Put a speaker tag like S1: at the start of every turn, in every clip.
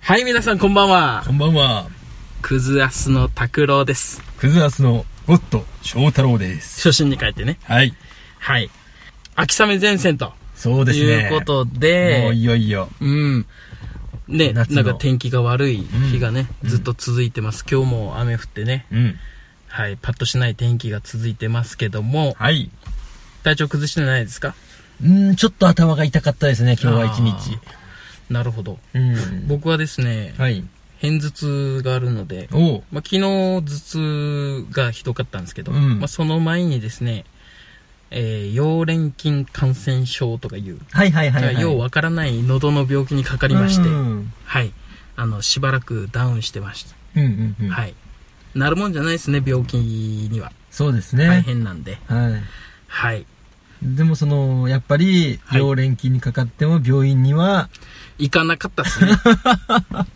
S1: はい、皆さんこんばんは。
S2: こんばんは。
S1: クズアスの拓郎です。
S2: クズアスのゴッド翔太郎です。
S1: 初心に帰ってね。
S2: はい。
S1: はい。秋雨前線と
S2: そうですね。
S1: いうこと
S2: もうい
S1: で、
S2: よいよ。
S1: うん。ね、なん
S2: 夏の
S1: か天気が悪い日がね、
S2: うん
S1: ずっと続いてます。今日も雨降ってね、
S2: うん。
S1: はい、パッとしない天気が続いてますけども、
S2: はい。
S1: 体調崩してないですか
S2: うん、ちょっと頭が痛かったですね、今日は一日。
S1: なるほど。
S2: うん。
S1: 僕はですね、
S2: はい。
S1: 偏頭痛があるので、
S2: おう。
S1: まあ、昨日頭痛がひどかったんですけど、
S2: うん
S1: まあ、その前にですね、えー、溶連菌感染症とかいう、
S2: はいはいはい、はい。
S1: ようわからない喉の病気にかかりまして、
S2: うん。
S1: はい。あの、しばらくダウンしてました。
S2: うんうんうん。。
S1: はいい。なるもんじゃないですね、病気には。
S2: そうですね。
S1: 大変なんで。
S2: はい。
S1: はい。
S2: でもその、やっぱり、
S1: はい
S2: 溶連菌にかかっても病院には、
S1: 行かなかった ですね。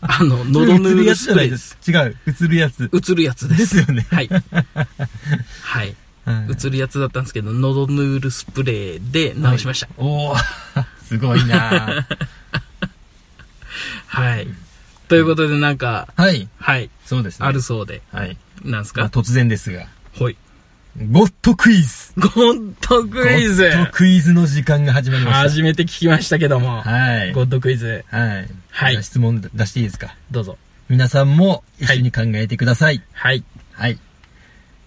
S1: あの、喉
S2: うつ
S1: ぬ
S2: る
S1: る
S2: や
S1: ス
S2: つじゃ
S1: プ
S2: な
S1: レ
S2: い
S1: ー
S2: で
S1: です。
S2: す。違う。うつるやつ。
S1: うつるやつで。
S2: ですすよね。
S1: はい。はい。
S2: は
S1: うつるやつだったんですけど、喉ヌールスプレーで治しました。
S2: おおすごい な
S1: はい。ということで、なんか、
S2: はい。
S1: はい、
S2: そうですね。
S1: あるそうで、
S2: はい。
S1: なんす
S2: まあ
S1: か
S2: 突然ですが。
S1: ほい。
S2: ゴッドクイズ
S1: ゴッドクイズ
S2: ゴッドクイズの時間が始まりまし
S1: 初めて聞きましたけども
S2: た。、はい。
S1: ゴッドクイズ、
S2: はい。
S1: はい
S2: じゃあ質問出していいですか
S1: どうぞ。
S2: 皆さんも一緒に考えてください。
S1: はい。
S2: はい。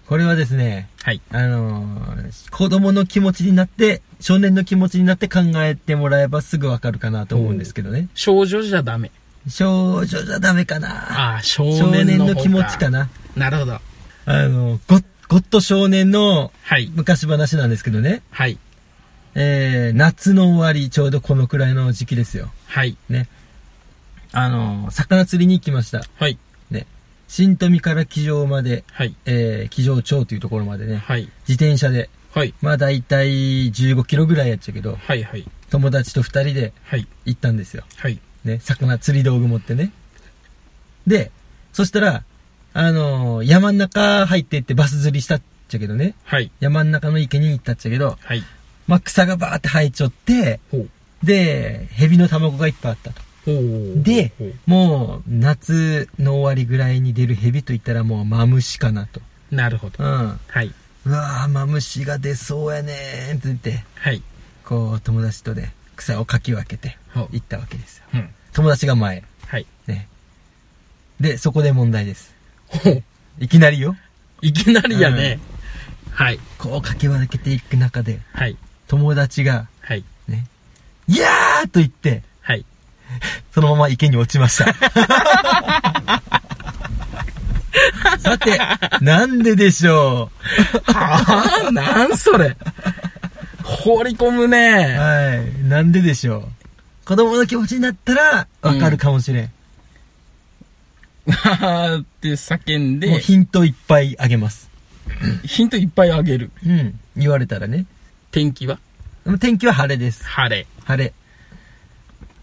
S2: これはですね、
S1: はい。
S2: あのー子供の気持ちになって、少年の気持ちになって考えてもらえばすぐわかるかなと思うんですけどね。
S1: 少女じゃダメ。
S2: 少女じゃダメかな
S1: ああ、少
S2: 少
S1: 年
S2: 年
S1: の
S2: の気持ちか
S1: な。な
S2: な
S1: るほど。
S2: あの、ゴッ、ゴッド少年の
S1: はい。
S2: 昔話なんですけどね。
S1: はい。
S2: えー、夏の終わり、ちょうどこのくらいの時期ですよ。
S1: はい。
S2: ね。あの、魚釣りに行きました。
S1: はい。
S2: ね。新富から騎乗まで、
S1: はい。
S2: えー、騎乗町というところまでね、
S1: はい。
S2: 自転車で、
S1: はい。
S2: まあ大体15キロぐらいやっちゃうけど、
S1: はい。はい。
S2: 友達と二人で
S1: はい。
S2: 行ったんですよ。
S1: はい。
S2: ね、魚釣り道具持ってね。で、そしたら、あのー山ん中入ってってバス釣りしたっちゃけどね、
S1: はい。
S2: 山ん中の池に行ったっちゃけど、
S1: はい。
S2: まあ草がバーって生えちょって、
S1: ほう。
S2: で、蛇の卵がいっぱいあったと。
S1: ほう。
S2: で
S1: ほう、
S2: もう夏の終わりぐらいに出る蛇といったらもうマムシかなと。
S1: なるほ
S2: う
S1: ど。
S2: ん。う
S1: はい。
S2: わぁ、マムシが出そうやねーって言って、
S1: はい。
S2: こう友達とね、草をかき分けて
S1: ほう
S2: 行ったわけですよ。
S1: うん。
S2: 友達が前。
S1: はい。
S2: ね。で、そこで問題です。
S1: ほう。
S2: いきなりよ。
S1: いきなりやね。はい。
S2: こうかき分けていく中で、
S1: はい。
S2: 友達が、
S1: はい。
S2: ね、いやーと言って、
S1: はい。
S2: そのまま池に落ちました。さて、なんででしょ
S1: はあ、なんそれ。放り込む
S2: う
S1: ね。
S2: はい。なんででしょう子供の気持ちになったら、わかるかもしれん。
S1: はあって叫ん
S2: もう
S1: で、
S2: ヒントいっぱいあげます。
S1: ヒントいっぱいあげる。
S2: うん。言われたらね。
S1: 天気は
S2: でも天気は晴れです。
S1: 晴れ。
S2: 晴れ。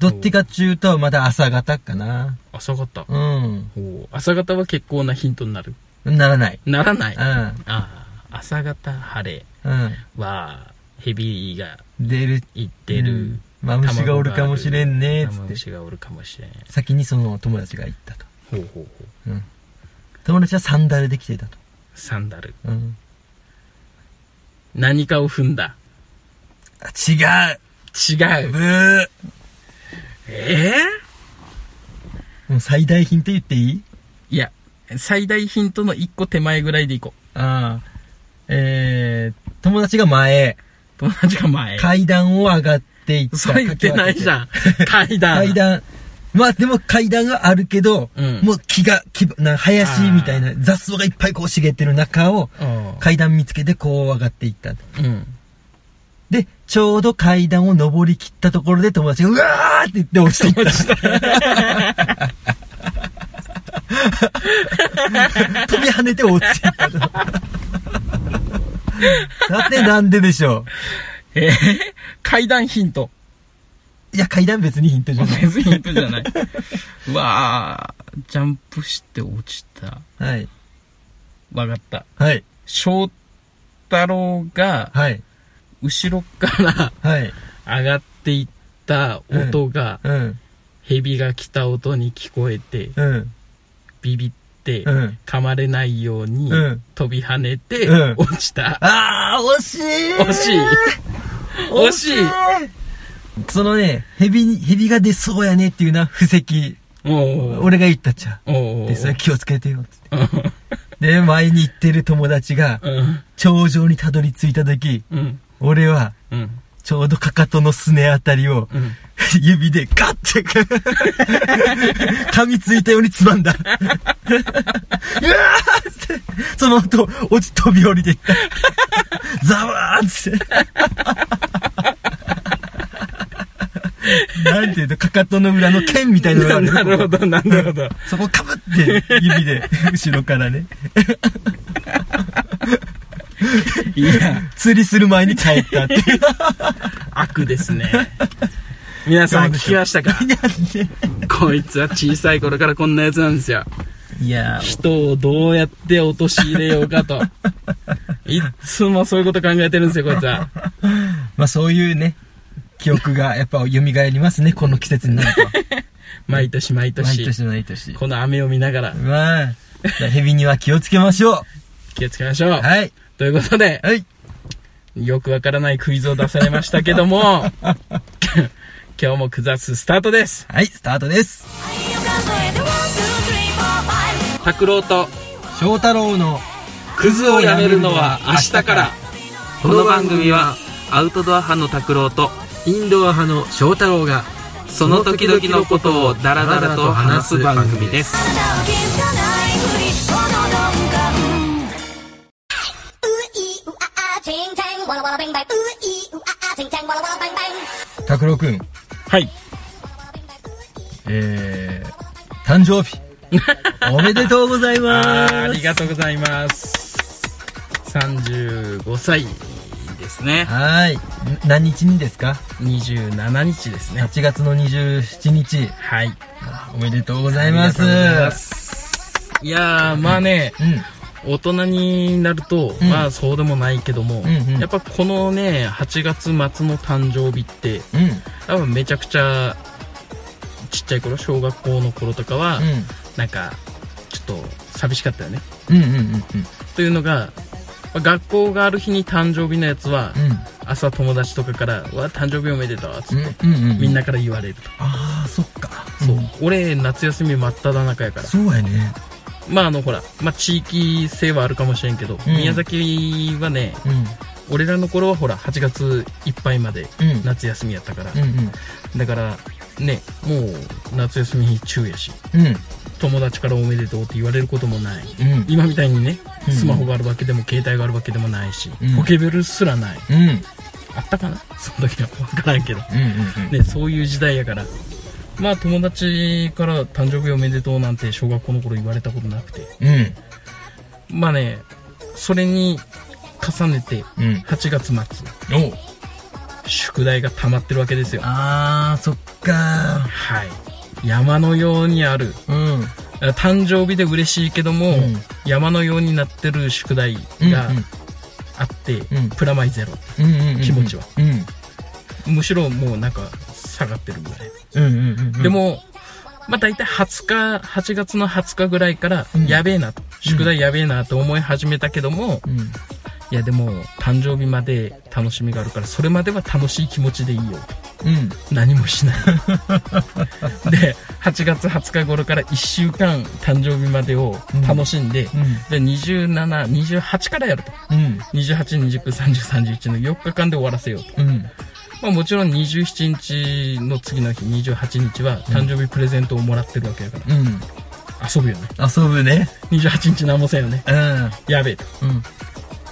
S2: どっちかっちゅうと、まだ朝方かな。
S1: 朝方。
S2: うん。
S1: ほう朝方は結構なヒントになる。
S2: ならない。
S1: ならない。
S2: う
S1: あ
S2: ん。
S1: あ、朝方晴れ
S2: う
S1: は、ヘビが
S2: ん。出る。
S1: 行ってる。
S2: うんマムシがおるかもしれんね、つ
S1: 生
S2: って。
S1: 虫がおるかもしれん。
S2: 先にその友達が言ったと。
S1: ほうほうほう。
S2: うん。友達はサンダルで来てたと。
S1: サンダル。
S2: うん。
S1: 何かを踏んだ。
S2: あ違う
S1: 違う。
S2: ブー
S1: ええ
S2: もう最大品と言っていい
S1: いや、最大ヒントの一個手前ぐらいでいこう。
S2: ああ。えー、友達が前、
S1: 友達が前。
S2: 階段を上がっていった。
S1: それ言ってないじ
S2: ん。
S1: ゃん。階段。
S2: 階段。まあでも階段があるけど、
S1: うん
S2: もう木が、木ば、な、林みたいな雑草がいっぱいこう茂ってる中を、
S1: うん。
S2: 階段見つけてこう上がっていった。
S1: うん。
S2: で、ちょうど階段を登り切ったところで友達が、うわーって言って落ちていった。 飛び跳ねて落ちていった。さて、なんででしょ
S1: えー、階段ヒント。
S2: ういや、階段別にヒントじゃない。
S1: 別にヒントじゃない。うわあ、ジャンプして落ちた。
S2: はい。
S1: わかった。
S2: はい。
S1: 翔太郎が、
S2: はい。
S1: 後ろから
S2: はい。
S1: 上がっていった音が、
S2: うん。
S1: 蛇が来た音に聞こえて、
S2: うん。
S1: ビビって、
S2: うん。
S1: 噛まれないように
S2: うん
S1: 飛び跳ねて
S2: うん
S1: 落ちた。
S2: あー、惜しい
S1: 惜しい惜しい
S2: そのね、蛇に、蛇が出そうやねっていうな、布石。
S1: おう
S2: 俺が言ったっちゃ。
S1: おう
S2: で、それ気をつけてよ、つって。
S1: うん
S2: で、前に行ってる友達が、
S1: うん。
S2: 頂上にたどり着いた時、
S1: うん。
S2: 俺は、
S1: うん。
S2: ちょうどかかとのすねあたりを、
S1: うん。
S2: 指でガッて、噛みついたようにつまんだ。 うわーっつって、その後、落ち飛び降りていった。ザワーっつって。なんていうと、かかとの裏の剣みたいなのがある。
S1: なるほど、なるほど。
S2: そこかぶって、指で、後ろからね。
S1: いや、
S2: 釣りする前に帰ったっていう。
S1: 悪ですね。 皆さん聞きましたかこいつは小さい頃からこんなやつなんですよ。
S2: いや
S1: 人をどうやって陥れよう かと。いっつもそういうこと考えてるんですよ、こいつは。
S2: まあそういうね、記憶がやっぱ蘇りますね、この季節になると。
S1: 毎年毎
S2: 毎
S1: 年。
S2: 年毎年。
S1: この雨を見ながら
S2: まあ、蛇には気をつけましょう。
S1: 気をつけましょう。
S2: はい。
S1: ということで、
S2: はい。
S1: よくわからないクイズを出されましたけど も、今日もクザススタートです。
S2: はい、スタートです。
S1: 拓郎と
S2: 翔太郎の、
S1: クズをやめるのは明日から。この番組はアウトドア派の拓郎と
S2: インドア派の翔太郎が、
S1: その時々のことをダラダラと話す番組です。
S2: 拓郎くん、
S1: はい。
S2: えー、誕生 日。おめでとうございま
S1: あ
S2: す。
S1: りがとうございます。35歳ですね。
S2: はい。ん何日にですか
S1: 27日ですね。
S2: ?8 月の27日。
S1: はい。
S2: おめでとうございます。
S1: ありがとうございます。いやー、まあね、大人になると、
S2: うん
S1: まあそうでもないけども、
S2: うんうん
S1: やっぱこのね、8月末の誕生日って、
S2: うん。うん。
S1: 多分めちゃくちゃ、ちっちゃい頃、小学校の頃とかは、なんか、ちょっと寂しかったよね。
S2: うん。うん。うん。うん。
S1: というのが、まあ学校がある日に誕生日のやつは、朝友達とかから「わ誕生日おめでとう」つって、
S2: うん。うん。うん。
S1: みん。なから言われると、
S2: ああ、そっか。
S1: そう俺夏休み真っ只中やから
S2: そうやね。
S1: まああのほら、まあ、地域性はあるかもしれんけど、
S2: ん
S1: 宮崎はね
S2: う
S1: 俺らの頃はほら8月いっぱいまで
S2: ん。うん。
S1: 夏休みやったから、
S2: うん。
S1: だからねもう夏休み中やし
S2: うん。うん。
S1: 友達から「おめでとう」って言われることもない
S2: うん。
S1: 今みたいにね
S2: うん
S1: スマホがあるわけでも携帯があるわけでもないし、
S2: うん
S1: ポケベルすらない
S2: うん。うん。
S1: あったかなその時は分からんけど
S2: うん。
S1: ね、そういう時代やからまあ友達から誕生日おめでとうなんて小学校の頃言われたことなくて
S2: うん。
S1: まあねそれに重ねて
S2: うん。
S1: 8月末
S2: お
S1: 宿題が溜まってるわけですよ
S2: あー、そっか
S1: はい山のようにある
S2: うん。うん。
S1: 誕生日で嬉しいけども、
S2: ん
S1: 山のようになってる宿題があって、
S2: ん
S1: プラマイゼロ
S2: うん。うん。
S1: 気持ちは。
S2: うん。
S1: むしろもうなんか下がってるぐらい、
S2: うん。うん。うん。
S1: で、もまあ大体20日8月の20日ぐらいから
S2: うん
S1: やべえなと、宿題やべえなと思い始めたけども、
S2: うん。
S1: いやでも誕生日まで楽しみがあるからそれまでは楽しい気持ちでいいよ
S2: うん。
S1: 何も しないで8月20日頃から1週間誕生日までを楽しんで、で2728からやると
S2: うん。
S1: 28293031の4日間で終わらせようと、
S2: うん。
S1: まあ、もちろん27日の次の日28日は誕生日プレゼントをもらってるわけだから、
S2: うん。
S1: 遊ぶよね
S2: 遊ぶね。
S1: 28日何もせんよね
S2: うん。
S1: やべえと
S2: うん。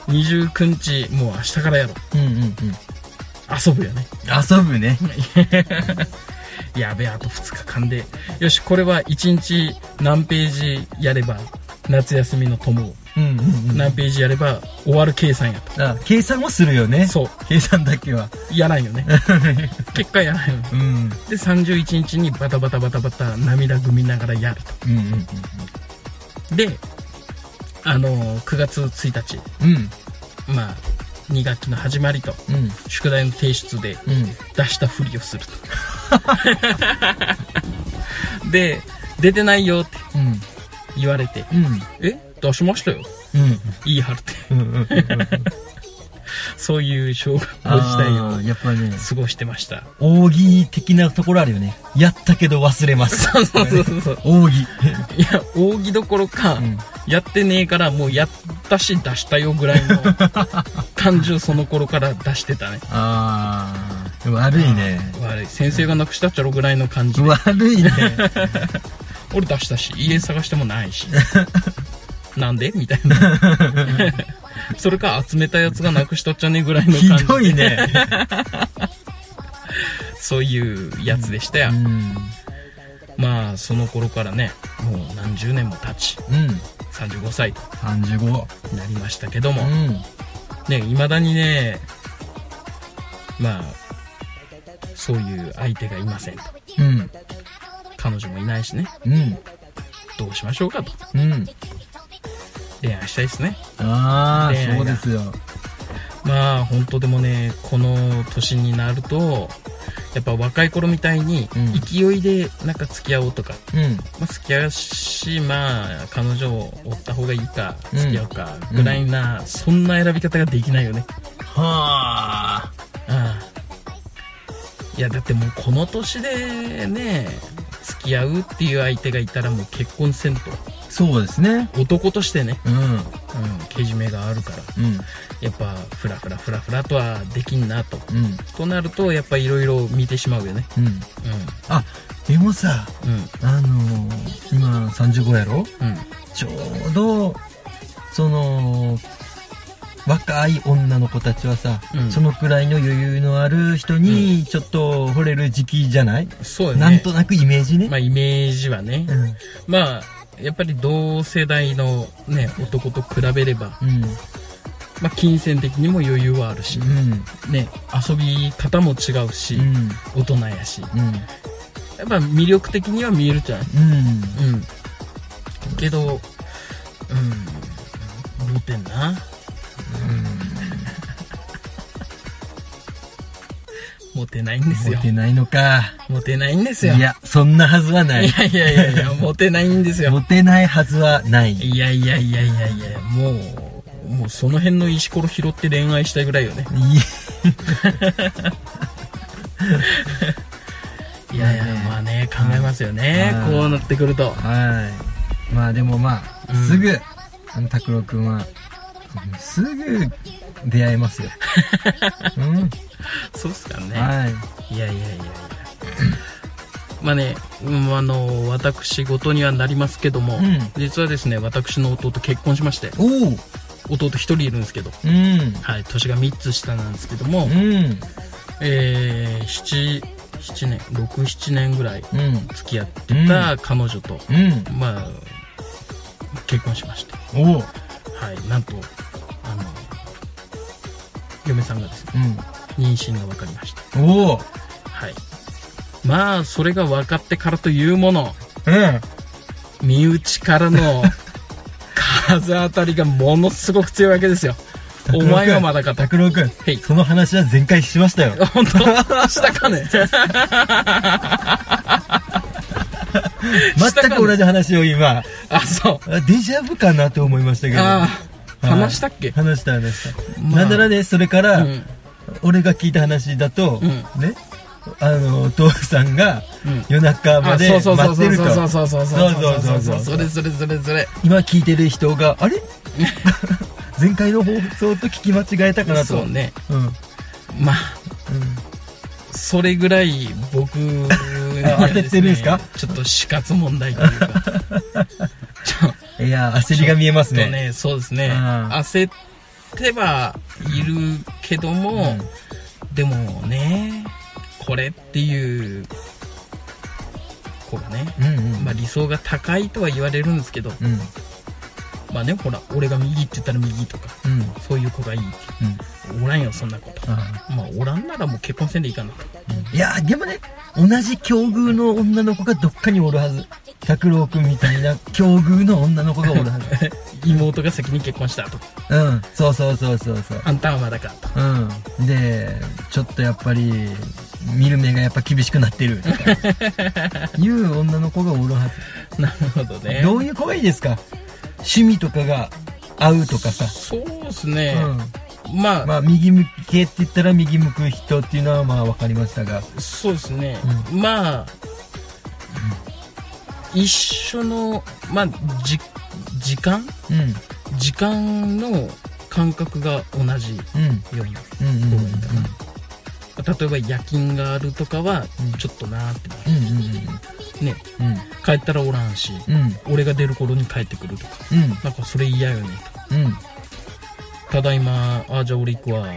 S1: 29日もう明日からやろう
S2: うん。うん。
S1: 遊ぶよね
S2: 遊ぶね。
S1: やべえあと2日間でよしこれは1日何ページやれば夏休みの友を
S2: うん。うん。
S1: 何ページやれば終わる計算やと
S2: あ、計算もするよね。
S1: そう
S2: 計算だけは。
S1: やらんよね結果やらんよね
S2: うん。
S1: で31日にバタバタバタバタ涙ぐみながらやる
S2: うん。うん。
S1: とであのー9月1日
S2: うん。
S1: まあ2学期の始まりと
S2: うん。
S1: 宿題の提出で
S2: うん。
S1: 出したふりをすると で、出てないよって
S2: うん。
S1: 言われて、
S2: うん。
S1: え出しましたよ。言い張るって。
S2: うん。うん。うん。
S1: そういう小学校時代を
S2: あーやっぱね、
S1: 過ごしてました。
S2: 奥義的なところあるよね。やったけど忘れます。
S1: そうそうそうそう。
S2: 奥義。
S1: いや、扇どころか、
S2: うん
S1: やってねえからもうやったし出したよぐらいの 感情その頃から出してたね。
S2: ああ、悪いね。
S1: 悪い。先生がなくしたっちゃろぐらいの感じで。
S2: 悪いね。
S1: 俺出したし、家探してもない し。なんでみたいな。それか集めたやつがなくしたっちゃねえぐらいの
S2: ひ
S1: 感じ
S2: どいね。
S1: そういうやつでしたよ
S2: う。ん。
S1: まあ、その頃からね、もう何十年も経ち、
S2: うん。
S1: 35歳と
S2: 35。
S1: なりましたけども、
S2: うん。
S1: ね、未だにね、まあ、そういう相手がいませんと。
S2: うん。
S1: 彼女もいないしね、
S2: うん。
S1: どうしましょうかと。
S2: うん。
S1: 恋愛したいですね。
S2: ああ、
S1: 恋愛が
S2: そうですよ。
S1: まあ、本当でもね、この年になると、やっぱ若い頃みたいに
S2: うん、
S1: 勢いでなんか付き合おうとか、
S2: うん。
S1: まあ、付き合うし、まあ、彼女を追った方がいいか、
S2: うん
S1: 付き合うか、ぐらいな、そんな選び方ができないよね。
S2: はあ。
S1: ああいやだってもうこの年でね付き合うっていう相手がいたらもう結婚せんと
S2: そうですね。
S1: 男としてね、
S2: うん。
S1: うん、けじめがあるから
S2: うん。
S1: やっぱフラフラフラフラとはできんなと
S2: うん。
S1: となるとやっぱいろいろ見てしまうよね
S2: うん。あ、でもさ、
S1: うん
S2: あのー、今35やろ
S1: うんうん
S2: ちょうど、その、若い女の子たちはさ、
S1: うん
S2: そのくらいの余裕のある人に、ちょっと惚れる時期じゃない、
S1: そうよね
S2: なんとなくイメージね。
S1: まあイメージはね、
S2: うん。
S1: まあやっぱり同世代のね男と比べれば、
S2: うん。
S1: まあ、金銭的にも余裕はあるし、
S2: うん。
S1: ね遊び方も違うし、
S2: うん。
S1: 大人やし
S2: うん。
S1: やっぱ魅力的には見えるじゃん。
S2: うん。
S1: うん。けど、うん、モテんな。 モテないんですよ
S2: モ。テないのか。
S1: モテないんです
S2: い
S1: よ。いや
S2: や、そんなはずはない。
S1: いやいやいや、モテないんですよ。
S2: モテないはずはない。
S1: いやいやいやいやいや、もう、もうその辺の石ころ拾って恋愛したいぐらいよね。
S2: い
S1: いやいや、まあね、考えますよね
S2: は。い
S1: こうなってくると。
S2: はい。まあでもまあ、
S1: うん
S2: すぐ、あの、拓郎くんは、うんすぐ出会え ますよ。うん。
S1: そうっすかね。
S2: はい。
S1: いやいやいやいやまあね、うん、あの私事にはなりますけども、
S2: うん
S1: 実はですね私の弟結婚しまして
S2: おお
S1: 弟一人いるんですけど、
S2: うん。
S1: はい、年が3つ下なんですけども、
S2: うん。
S1: えー、7, 7年67年ぐらい
S2: うん。
S1: 付き合ってた彼女と、
S2: うん。
S1: まあ結婚しまして、
S2: おお
S1: はい、なんとあの嫁さんがですね妊娠が分かりました
S2: うん。おお
S1: はいまあそれが分かってからというもの
S2: うん。
S1: 身内からの風当たりがものすごく強いわけですよ。お前はまだかと。
S2: 拓郎くん
S1: い、
S2: その話は全開しましたよ。
S1: 本当したかね
S2: 全く同じ話を今、
S1: あ、そう。
S2: あデジャブかなって思いましたけど。
S1: ああ、
S2: はい
S1: 話したっけ、
S2: 話した話した。
S1: まあ
S2: なんならね、それか
S1: う
S2: ら、
S1: ん。
S2: 俺が聞いた話だと、
S1: うん
S2: ねあのお父さんが
S1: うん。
S2: 夜中ま
S1: あ、
S2: で
S1: そうそうそ
S2: 待
S1: う
S2: って
S1: そう
S2: ると
S1: そうそうそうそうそう
S2: そ
S1: そう
S2: そう
S1: うそう
S2: そ
S1: う
S2: そ
S1: そうれそれそれそれ
S2: 今聞いてる人が あれ前回の放送と聞き間違えたかなと
S1: そうね
S2: うんうん
S1: まあそれぐらい僕に
S2: あ
S1: は
S2: 当ててるんですか
S1: ちょっと死活問題という かちょっ
S2: いやー焦りが見えます
S1: と
S2: ね
S1: ねそうですね
S2: うん
S1: 焦ってはいるけども、でもねこれっていう子がね、
S2: うんうんうん
S1: まあ、理想が高いとは言われるんですけど、
S2: うん
S1: まあねほら俺が右って言ったら右とか
S2: うん
S1: そういう子がいいって
S2: うん
S1: おらんよそんなこと
S2: あ
S1: まあおらんならもう結婚せんでいいかなと
S2: ーいやーでもね同じ境遇の女の子がどっかにおるはず拓郎君みたいな境遇の女の子がお るはず
S1: 妹が先に結婚したと
S2: うんそうそうそうそうそう
S1: あんたはまだかと
S2: うん、でちょっとやっぱり見る目がやっぱ厳しくなっ てるとかいう女の子がおるはず
S1: なるほどね
S2: どういう子がいいですか趣味とかが合うとかさ、
S1: そうですね、
S2: う
S1: まあ、
S2: ん、まあ右向けって言ったら右向く人っていうのはまあ分かりましたが
S1: そうですね、まあ、一緒のまあじ時間
S2: うんうん
S1: 時間の感覚が同じような
S2: うんうんうんうん
S1: 方がいいかな、例えば夜勤があるとかは
S2: うん
S1: ちょっとなーってなる
S2: うんうん
S1: ね
S2: うん
S1: 帰ったらおらんし、
S2: うん
S1: 俺が出る頃に帰ってくるとか
S2: うん
S1: なんかそれ嫌よねと
S2: うんうん
S1: ただいまあじゃあ俺行くわ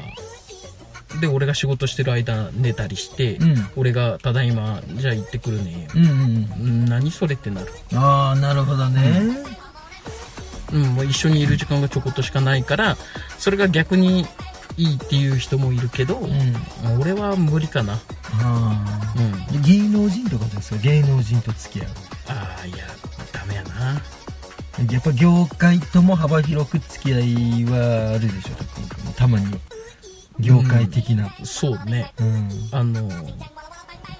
S1: で俺が仕事してる間寝たりして、
S2: うん
S1: 俺がただいまじゃあ行ってくるね
S2: うんうん
S1: うん何それってなる
S2: ああなるほどね
S1: うん、もう一緒にいる時間がちょこっとしかないからそれが逆にいいっていう人もいるけど、
S2: うん、
S1: 俺は無理かな、
S2: あ
S1: うん、
S2: あ芸能人とかどうですか芸能人と付き合
S1: ああいやダメやな
S2: うやっぱ業界とも幅広く付き合いはあるでしょ徳井君たまには業界的な
S1: そうね
S2: うん、
S1: あのこ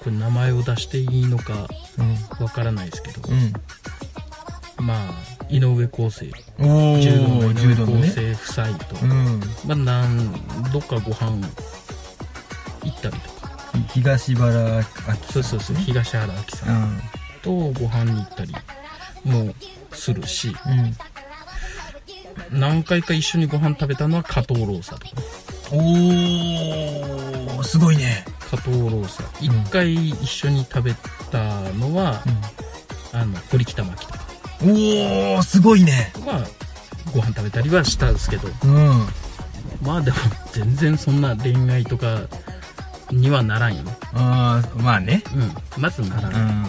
S1: れ名前を出していいのか
S2: うん
S1: わからないですけど
S2: うん
S1: まあ井上康生
S2: おお
S1: 柔道の井
S2: 柔道の
S1: 上康
S2: ね
S1: 生夫妻と、
S2: うん
S1: まあ何どっかご飯行ったりとか
S2: 東原明希
S1: そうそうそう東原明さ
S2: うんん
S1: とご飯に行ったりもするし、何回か一緒にご飯食べたのは加藤ローサとかね
S2: うんおおすごいね
S1: 加藤ローサ一回一緒に食べたのは、あの堀北真希とか
S2: おおすごいね
S1: まあご飯食べたりはしたんですけど
S2: うん
S1: まあでも全然そんな恋愛とかにはならんよね
S2: ああまあね
S1: うんまずなら、
S2: うん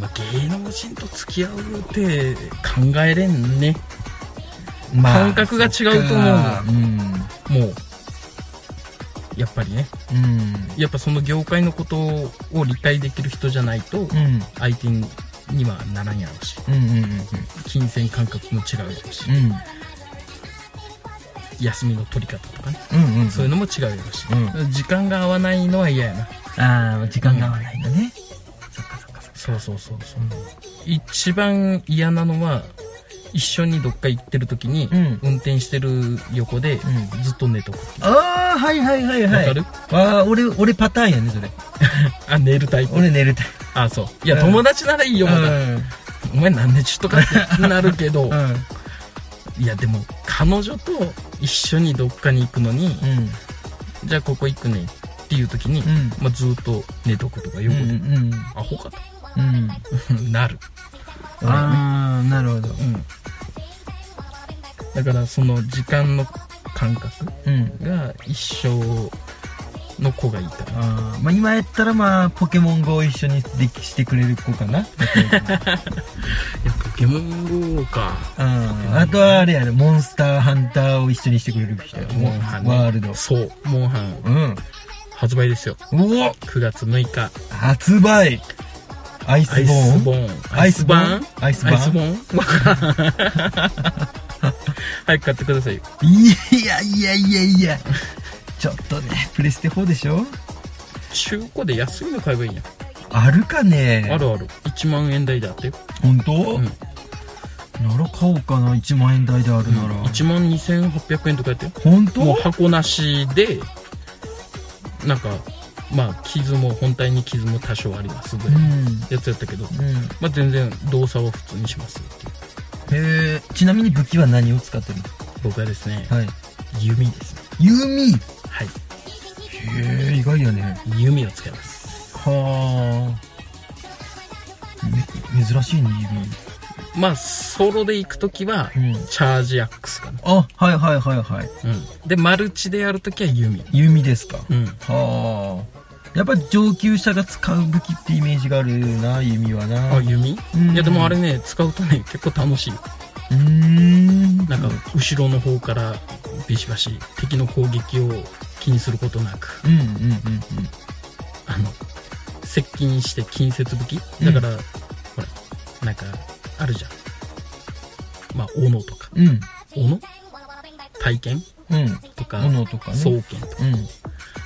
S1: まあ、芸能人と付き合うって考えれんね
S2: んまあ
S1: 感覚が違うと思うの
S2: そっかうん
S1: もうやっぱりね
S2: うん
S1: やっぱその業界のことを理解できる人じゃないと
S2: うん
S1: 相手にはならんやろうし
S2: うんうん
S1: 金銭感覚も違うやろうし
S2: うんうん
S1: 休みの取り方とかね
S2: うんうん
S1: そういうのも違うやろうし、
S2: う
S1: 時間が合わないのは嫌やな
S2: ああ時間が合わないんだねそっかそっかそっか
S1: そうそうそうそう一番嫌なのは一緒にどっか行ってる時に、
S2: うん
S1: 運転してる横で、
S2: ん
S1: ずっと寝とく
S2: ああはいはいはいはい
S1: わかる
S2: ああ俺俺パターンやねそれ
S1: あ寝るタイプ
S2: 俺寝るタイ
S1: あそういや、
S2: うん
S1: 友達ならいいよ、
S2: プ
S1: まだお前何でちょっとかってなるけど、
S2: うんうん
S1: いやでも彼女と一緒にどっかに行くのに、
S2: うん
S1: じゃあここ行くねっていう時に、
S2: うん
S1: まあ、ずっと寝とくとか
S2: う
S1: 横で、
S2: んうん
S1: アホかと
S2: うん
S1: なる、
S2: ああなるほど
S1: うん、だからその時間の感覚
S2: うん
S1: が一生の子がいたら
S2: あーまあ今やったらまあポケモン GO を一緒にできしてくれる子かな
S1: いやポケモン GO か
S2: うんあとはあれやねモンスターハンターを一緒にしてくれる人や
S1: モンハン、ね、
S2: ワールド
S1: そうモンハン
S2: うん
S1: 発売ですよ
S2: うお
S1: 9月6日
S2: 発売アイ
S1: ア
S2: ス
S1: イ
S2: ボー
S1: ス
S2: ン
S1: ボーン
S2: アイスボーン
S1: アイスバーン
S2: アイスボ
S1: わからん 早く買ってくださいよ
S2: いやいやいやいやちょっとねプレステ4でしょ
S1: 中古で安いの買えばいいやん
S2: あるかね
S1: あるある1万円台であってよ
S2: 本当、
S1: ん
S2: なら買おうかな1万円台であるなら、
S1: 1万2800円とかやってよ
S2: 本
S1: もう
S2: 当
S1: 箱なしでなんかまあ傷も本体に傷も多少ありますぐ
S2: う
S1: らいの
S2: ん
S1: やつやったけど、
S2: うん
S1: まあ、全然動作は普通にしますよっていう
S2: えー、ちなみに武器は何を使ってる
S1: 僕はですね
S2: のはい
S1: 弓ですね
S2: 弓
S1: はい
S2: へえ意外やね
S1: 弓を使います
S2: はあ珍しいね
S1: まあソロで行く時は
S2: 弓うん
S1: チャージアックスかな、
S2: あはいはいはいはい
S1: うん、でマルチでやる時は弓
S2: 弓ですか
S1: うん
S2: はあやっぱ上級者が使う武器ってイメージがあるな弓はな
S1: あ
S2: う
S1: 弓
S2: うん
S1: いやでもあれね使うとね結構楽しいよ
S2: ーん
S1: なんか後ろの方からビシバシ敵の攻撃を気にすることなく
S2: うんうんうんうん
S1: あの接近して近接武器
S2: うん
S1: だから、ほらなんかあるじゃんまあ斧とか
S2: うん
S1: 斧体験
S2: うん
S1: とか
S2: 斧とかね
S1: 双剣とか
S2: うん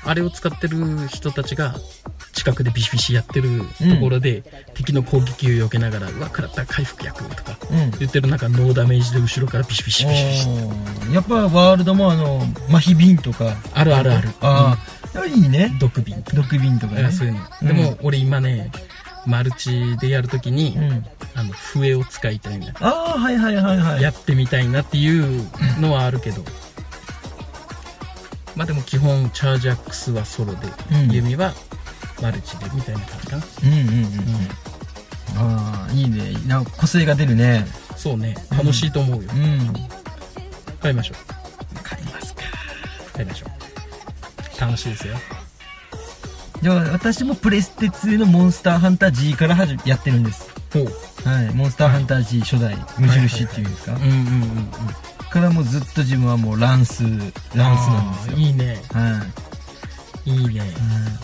S1: あれを使ってる人たちが近くでビシビシやってるところで、敵の攻撃を避けながら「うわ食らった回復薬」とか
S2: うん
S1: 言ってる中ノーダメージで後ろからビシビシビシビシ
S2: おーやっぱワールドもあの麻痺瓶とか
S1: あるあるある
S2: ああ、いいね
S1: 毒瓶と
S2: 毒瓶とか
S1: か
S2: ね
S1: そういうの、
S2: うん
S1: でも俺今ねマルチでやるときに、
S2: うん
S1: あの笛を使いたいな
S2: ああはいはいはいはい
S1: やってみたいなっていうのはあるけどまあでも基本チャージアックスはソロで、
S2: うん
S1: 弓はマルチでみたいな感じかな、
S2: うんうんうんああいいねなんか個性が出るね
S1: そうね楽しいと思うよ、
S2: うん
S1: 買いましょ
S2: 買いますか
S1: う買いましょう楽しいですよ
S2: じゃあ私もプレステ2のモンスターハンター G から始めやってるんです
S1: ほう
S2: はいモンスターハンター G 初代無印っていうんですか
S1: うんうんうんうん
S2: からもうずっと自分はもうランスランスなんですよ
S1: あーいいね
S2: はい
S1: いいね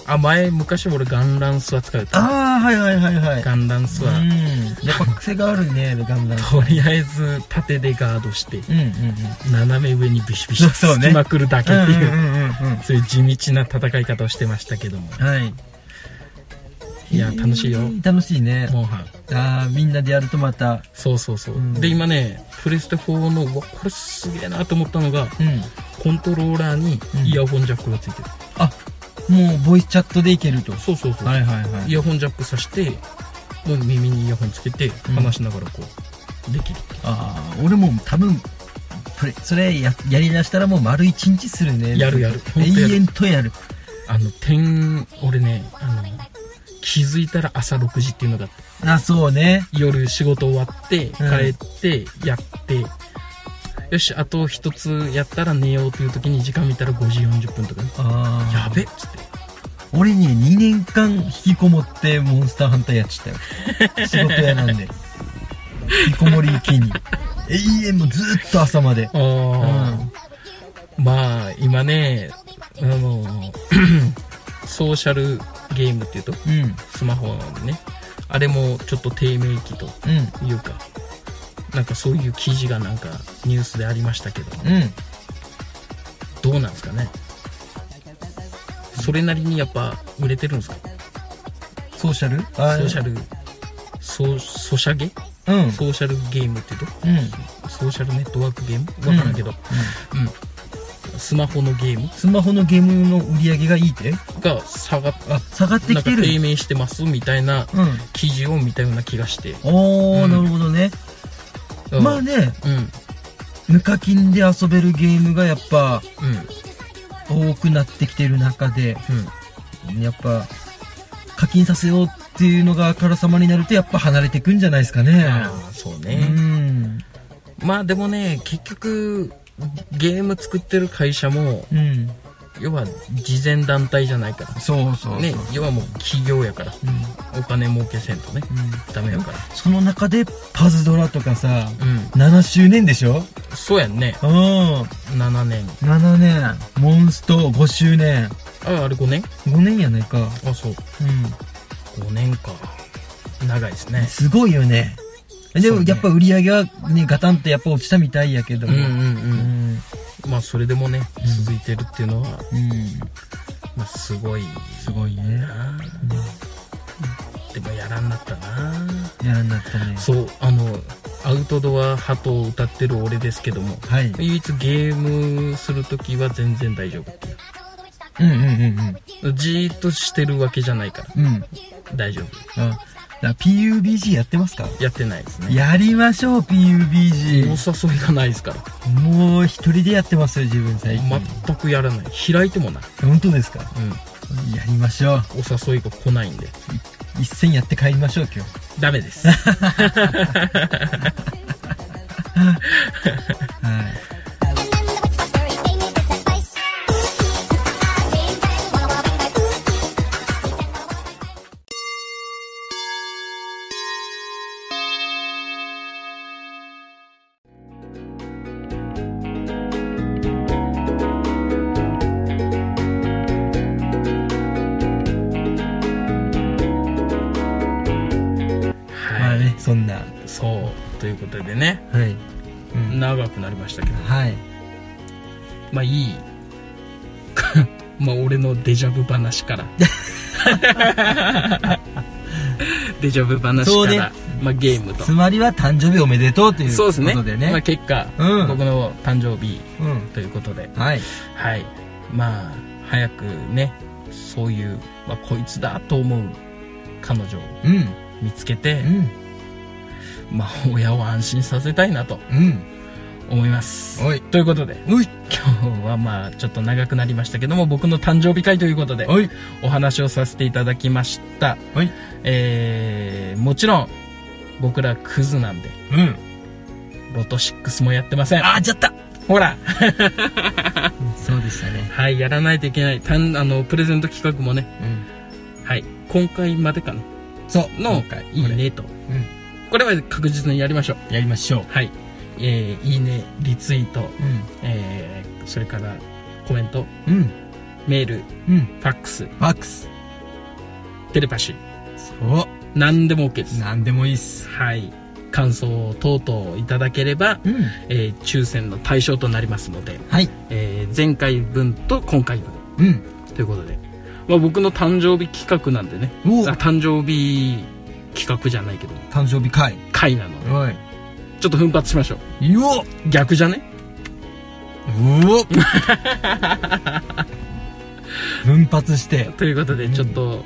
S1: あ前昔俺ガンランスは使うた
S2: ああはいはいはいはい
S1: ガンランスは、
S2: うんやっぱ癖があるねガンダム
S1: とりあえず縦でガードして
S2: うんうん うん
S1: 斜め上にビシビシ
S2: そう
S1: つ
S2: ね
S1: きまくるだけっていう
S2: うんうんうんうん
S1: そういう地道な戦い方をしてましたけども
S2: はい
S1: いや楽しいよ
S2: 楽しいね
S1: モンハン
S2: ああみんなでやるとまた
S1: そうそうそう、
S2: うん
S1: で今ねプレステ4のうわこれすげえなと思ったのが
S2: うん
S1: コントローラーに
S2: うん
S1: イヤホンジャックがついてる、
S2: あもうボイスチャットでいけると
S1: そうそうそう、
S2: いはいは
S1: イヤホンジャックさしてもう耳にイヤホンつけて
S2: ん
S1: 話しながらこうできるっていう
S2: ああ俺も多分プレそれややりだしたらもう丸一日するね
S1: やるやるほんとやる
S2: 永遠とやる
S1: あの点俺ねあの気づいたら朝6時っていうのがあって
S2: あそうね
S1: 夜仕事終わって帰ってやって、よしあと一つやったら寝ようという時に時間見たら5時40分とかね
S2: あ
S1: や
S2: あ
S1: べっつって
S2: 俺ね2年間引きこもってモンスターハンターやっちゃ ったよ仕事屋なんで引きこもり気に永遠もうずーっと朝まで
S1: ああ、まあ今ねあの ソーシャルゲームっていうと
S2: うんうん
S1: スマホのねあれもちょっと低迷期というかなんかそういう記事がなんかニュースでありましたけど
S2: うん
S1: どうなんですかねそれなりにやっぱ売れてるんですか
S2: ソーシャルソ
S1: ソーシャルソソシャゲ
S2: うん
S1: ソーシャルゲームっていう
S2: うん
S1: とソーシャルネットワークゲームわからんけど、うんスマホのゲーム
S2: スマホのゲームの売り上げがいいって
S1: が下がっ
S2: あ下がって
S1: な
S2: き
S1: んか
S2: て
S1: 低
S2: る
S1: 迷してますみたいな
S2: うん
S1: 記事を見たような気がして、
S2: おー、
S1: うん
S2: なるほどね、
S1: うん
S2: まあね
S1: うんうん
S2: 無課金で遊べるゲームがやっぱ多くなってきてる中で
S1: うん
S2: やっぱ課金させようっていうのがあからさまになるとやっぱ離れてくんじゃないですかね
S1: ああそう
S2: う
S1: ね、
S2: ん
S1: まあでもね結局ゲーム作ってる会社も
S2: うん
S1: 要は慈善団体じゃないか
S2: そうそうそ
S1: ら
S2: う
S1: ね要はもう企業やから
S2: うん
S1: お金儲けせんとね
S2: うん
S1: ダメやから
S2: その中でパズドラとかさ
S1: うん
S2: 7周年でしょ
S1: そうやんね
S2: うん
S1: 7年
S2: 7年モンスト5周年
S1: ああれ5年
S2: 5年やないか
S1: あそう
S2: う
S1: 5年か長いです
S2: ん
S1: ね
S2: すごいよねで
S1: そう
S2: も
S1: ね
S2: やっぱ売り上げはねガタンってやっぱ落ちたみたいやけど
S1: うん
S2: も
S1: うんうん
S2: ん
S1: まあそれでもね続いてるっていうのは、
S2: うん
S1: まあ、すごい
S2: すごいね
S1: なでもやらんなったな
S2: やらんなったね
S1: そうあのアウトドア派と歌ってる俺ですけども
S2: はい
S1: 唯一ゲームするときは全然大丈夫っていう
S2: うんうんうん
S1: じーっとしてるわけじゃないから
S2: うんうん
S1: 大丈夫
S2: あだ PUBG やってますか
S1: やってないですね
S2: やりましょう
S1: お
S2: PUBG
S1: 誘いがないですから
S2: もう一人でやってますよ自分最近
S1: 全くやらない開いてもない、
S2: 本当ですか
S1: うん、
S2: やりましょう
S1: お誘いが来ないんで
S2: 一戦やって帰りましょう今
S1: ダメです
S2: 日はい
S1: は
S2: まあ
S1: い、
S2: ねそんなは
S1: そうということでね
S2: いうん
S1: 長くなりましたけど
S2: はい
S1: まあいい まあ俺のデジャブ話から デジャブ話
S2: そう
S1: から、
S2: ね
S1: まあ、ゲームと
S2: つまりは誕生日おめでとうという
S1: そう
S2: こ
S1: ですね
S2: とでね
S1: まあ、結果、
S2: うん
S1: 僕の誕生日
S2: うん
S1: ということで
S2: はい
S1: はいまあ早くねそういう、まあ、こいつだと思う彼女を
S2: うん
S1: 見つけて
S2: う、ん
S1: まあ、親を安心させたいなと
S2: うん
S1: 思います
S2: おい
S1: ということで
S2: おい
S1: 今日はまあちょっと長くなりましたけども僕の誕生日会ということで
S2: おい
S1: お話をさせていただきました、
S2: はい
S1: えー、もちろん僕らクズなんで
S2: うん
S1: ロト6もやってません
S2: あーちゃった
S1: ほら
S2: そうでしたね
S1: はいやらないといけないたんあのプレゼント企画もね
S2: うん
S1: はい今回までかな
S2: そう
S1: の
S2: 今回こ
S1: い
S2: れ
S1: いねと
S2: うん
S1: これは確実にやりましょう
S2: やりましょう
S1: はいえー、いいねリツイート
S2: う
S1: えー、それからコメント
S2: んうん
S1: メールフ
S2: うん
S1: ァックス
S2: ファックス
S1: テレパシー
S2: そ
S1: 何でも OK です
S2: うなんでもいいっす
S1: はい感想等々いただければ、
S2: うん
S1: えー抽選の対象となりますので、
S2: はい
S1: えー前回分と今回分
S2: うん
S1: ということで、まあ、僕の誕生日企画なんでね
S2: お
S1: あ誕生日企画じゃないけど
S2: 誕生日会
S1: 会なので
S2: おい
S1: ちょっと奮発しましょう
S2: よおう
S1: 逆じゃね
S2: お奮発して
S1: ということで
S2: うん
S1: ちょっと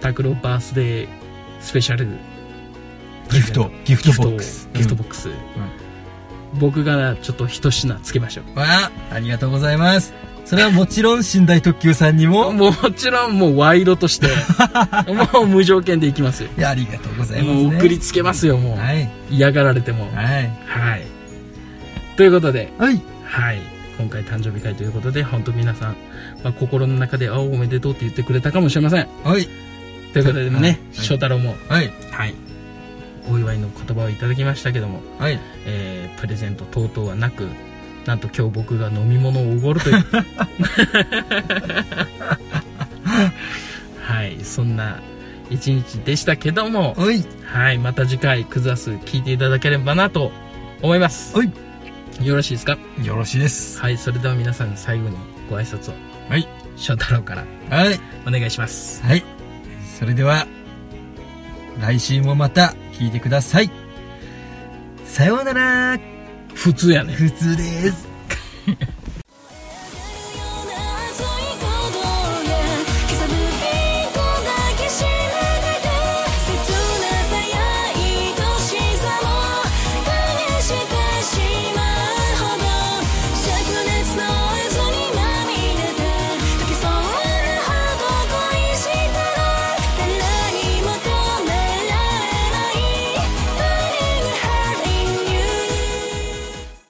S1: 拓郎、バースデースペシャル
S2: ギ フトギフト
S1: ギフ
S2: ボ
S1: ト
S2: ックス
S1: ギフト
S2: ボッ
S1: ボックス、僕がちょっと一品つけましょう
S2: クスわあありがとうございますそれはもちろん寝台特急さんにも
S1: もちろんもう賄賂としてもう無条件でいきますよ
S2: いやありがとうございます、ね、
S1: もう送りつけますよもう、
S2: はい
S1: 嫌がられてもはい、
S2: はい
S1: ということで
S2: はい
S1: はい今回誕生日会ということで本当皆さん、まあ、心の中で「あおめでとう」って言ってくれたかもしれません
S2: はい
S1: ということで
S2: はい
S1: ね翔太郎も
S2: はい
S1: はいお祝いの言葉をいただきましたけども、
S2: はい
S1: えープレゼント等々はなくなんと今日僕が飲み物をおごるというはいそんな一日でしたけども、
S2: おい
S1: はい、また次回、クズアス聞いていただければなと思います。
S2: はい
S1: よろしいですか
S2: よろしいです
S1: はい、それでは皆さん最後にご挨拶を。
S2: はい。
S1: 翔太郎から
S2: はい
S1: お願いします。
S2: はい。それでは、来週もまた聞いてください。さようなら、
S1: 普通やね。
S2: 普通です。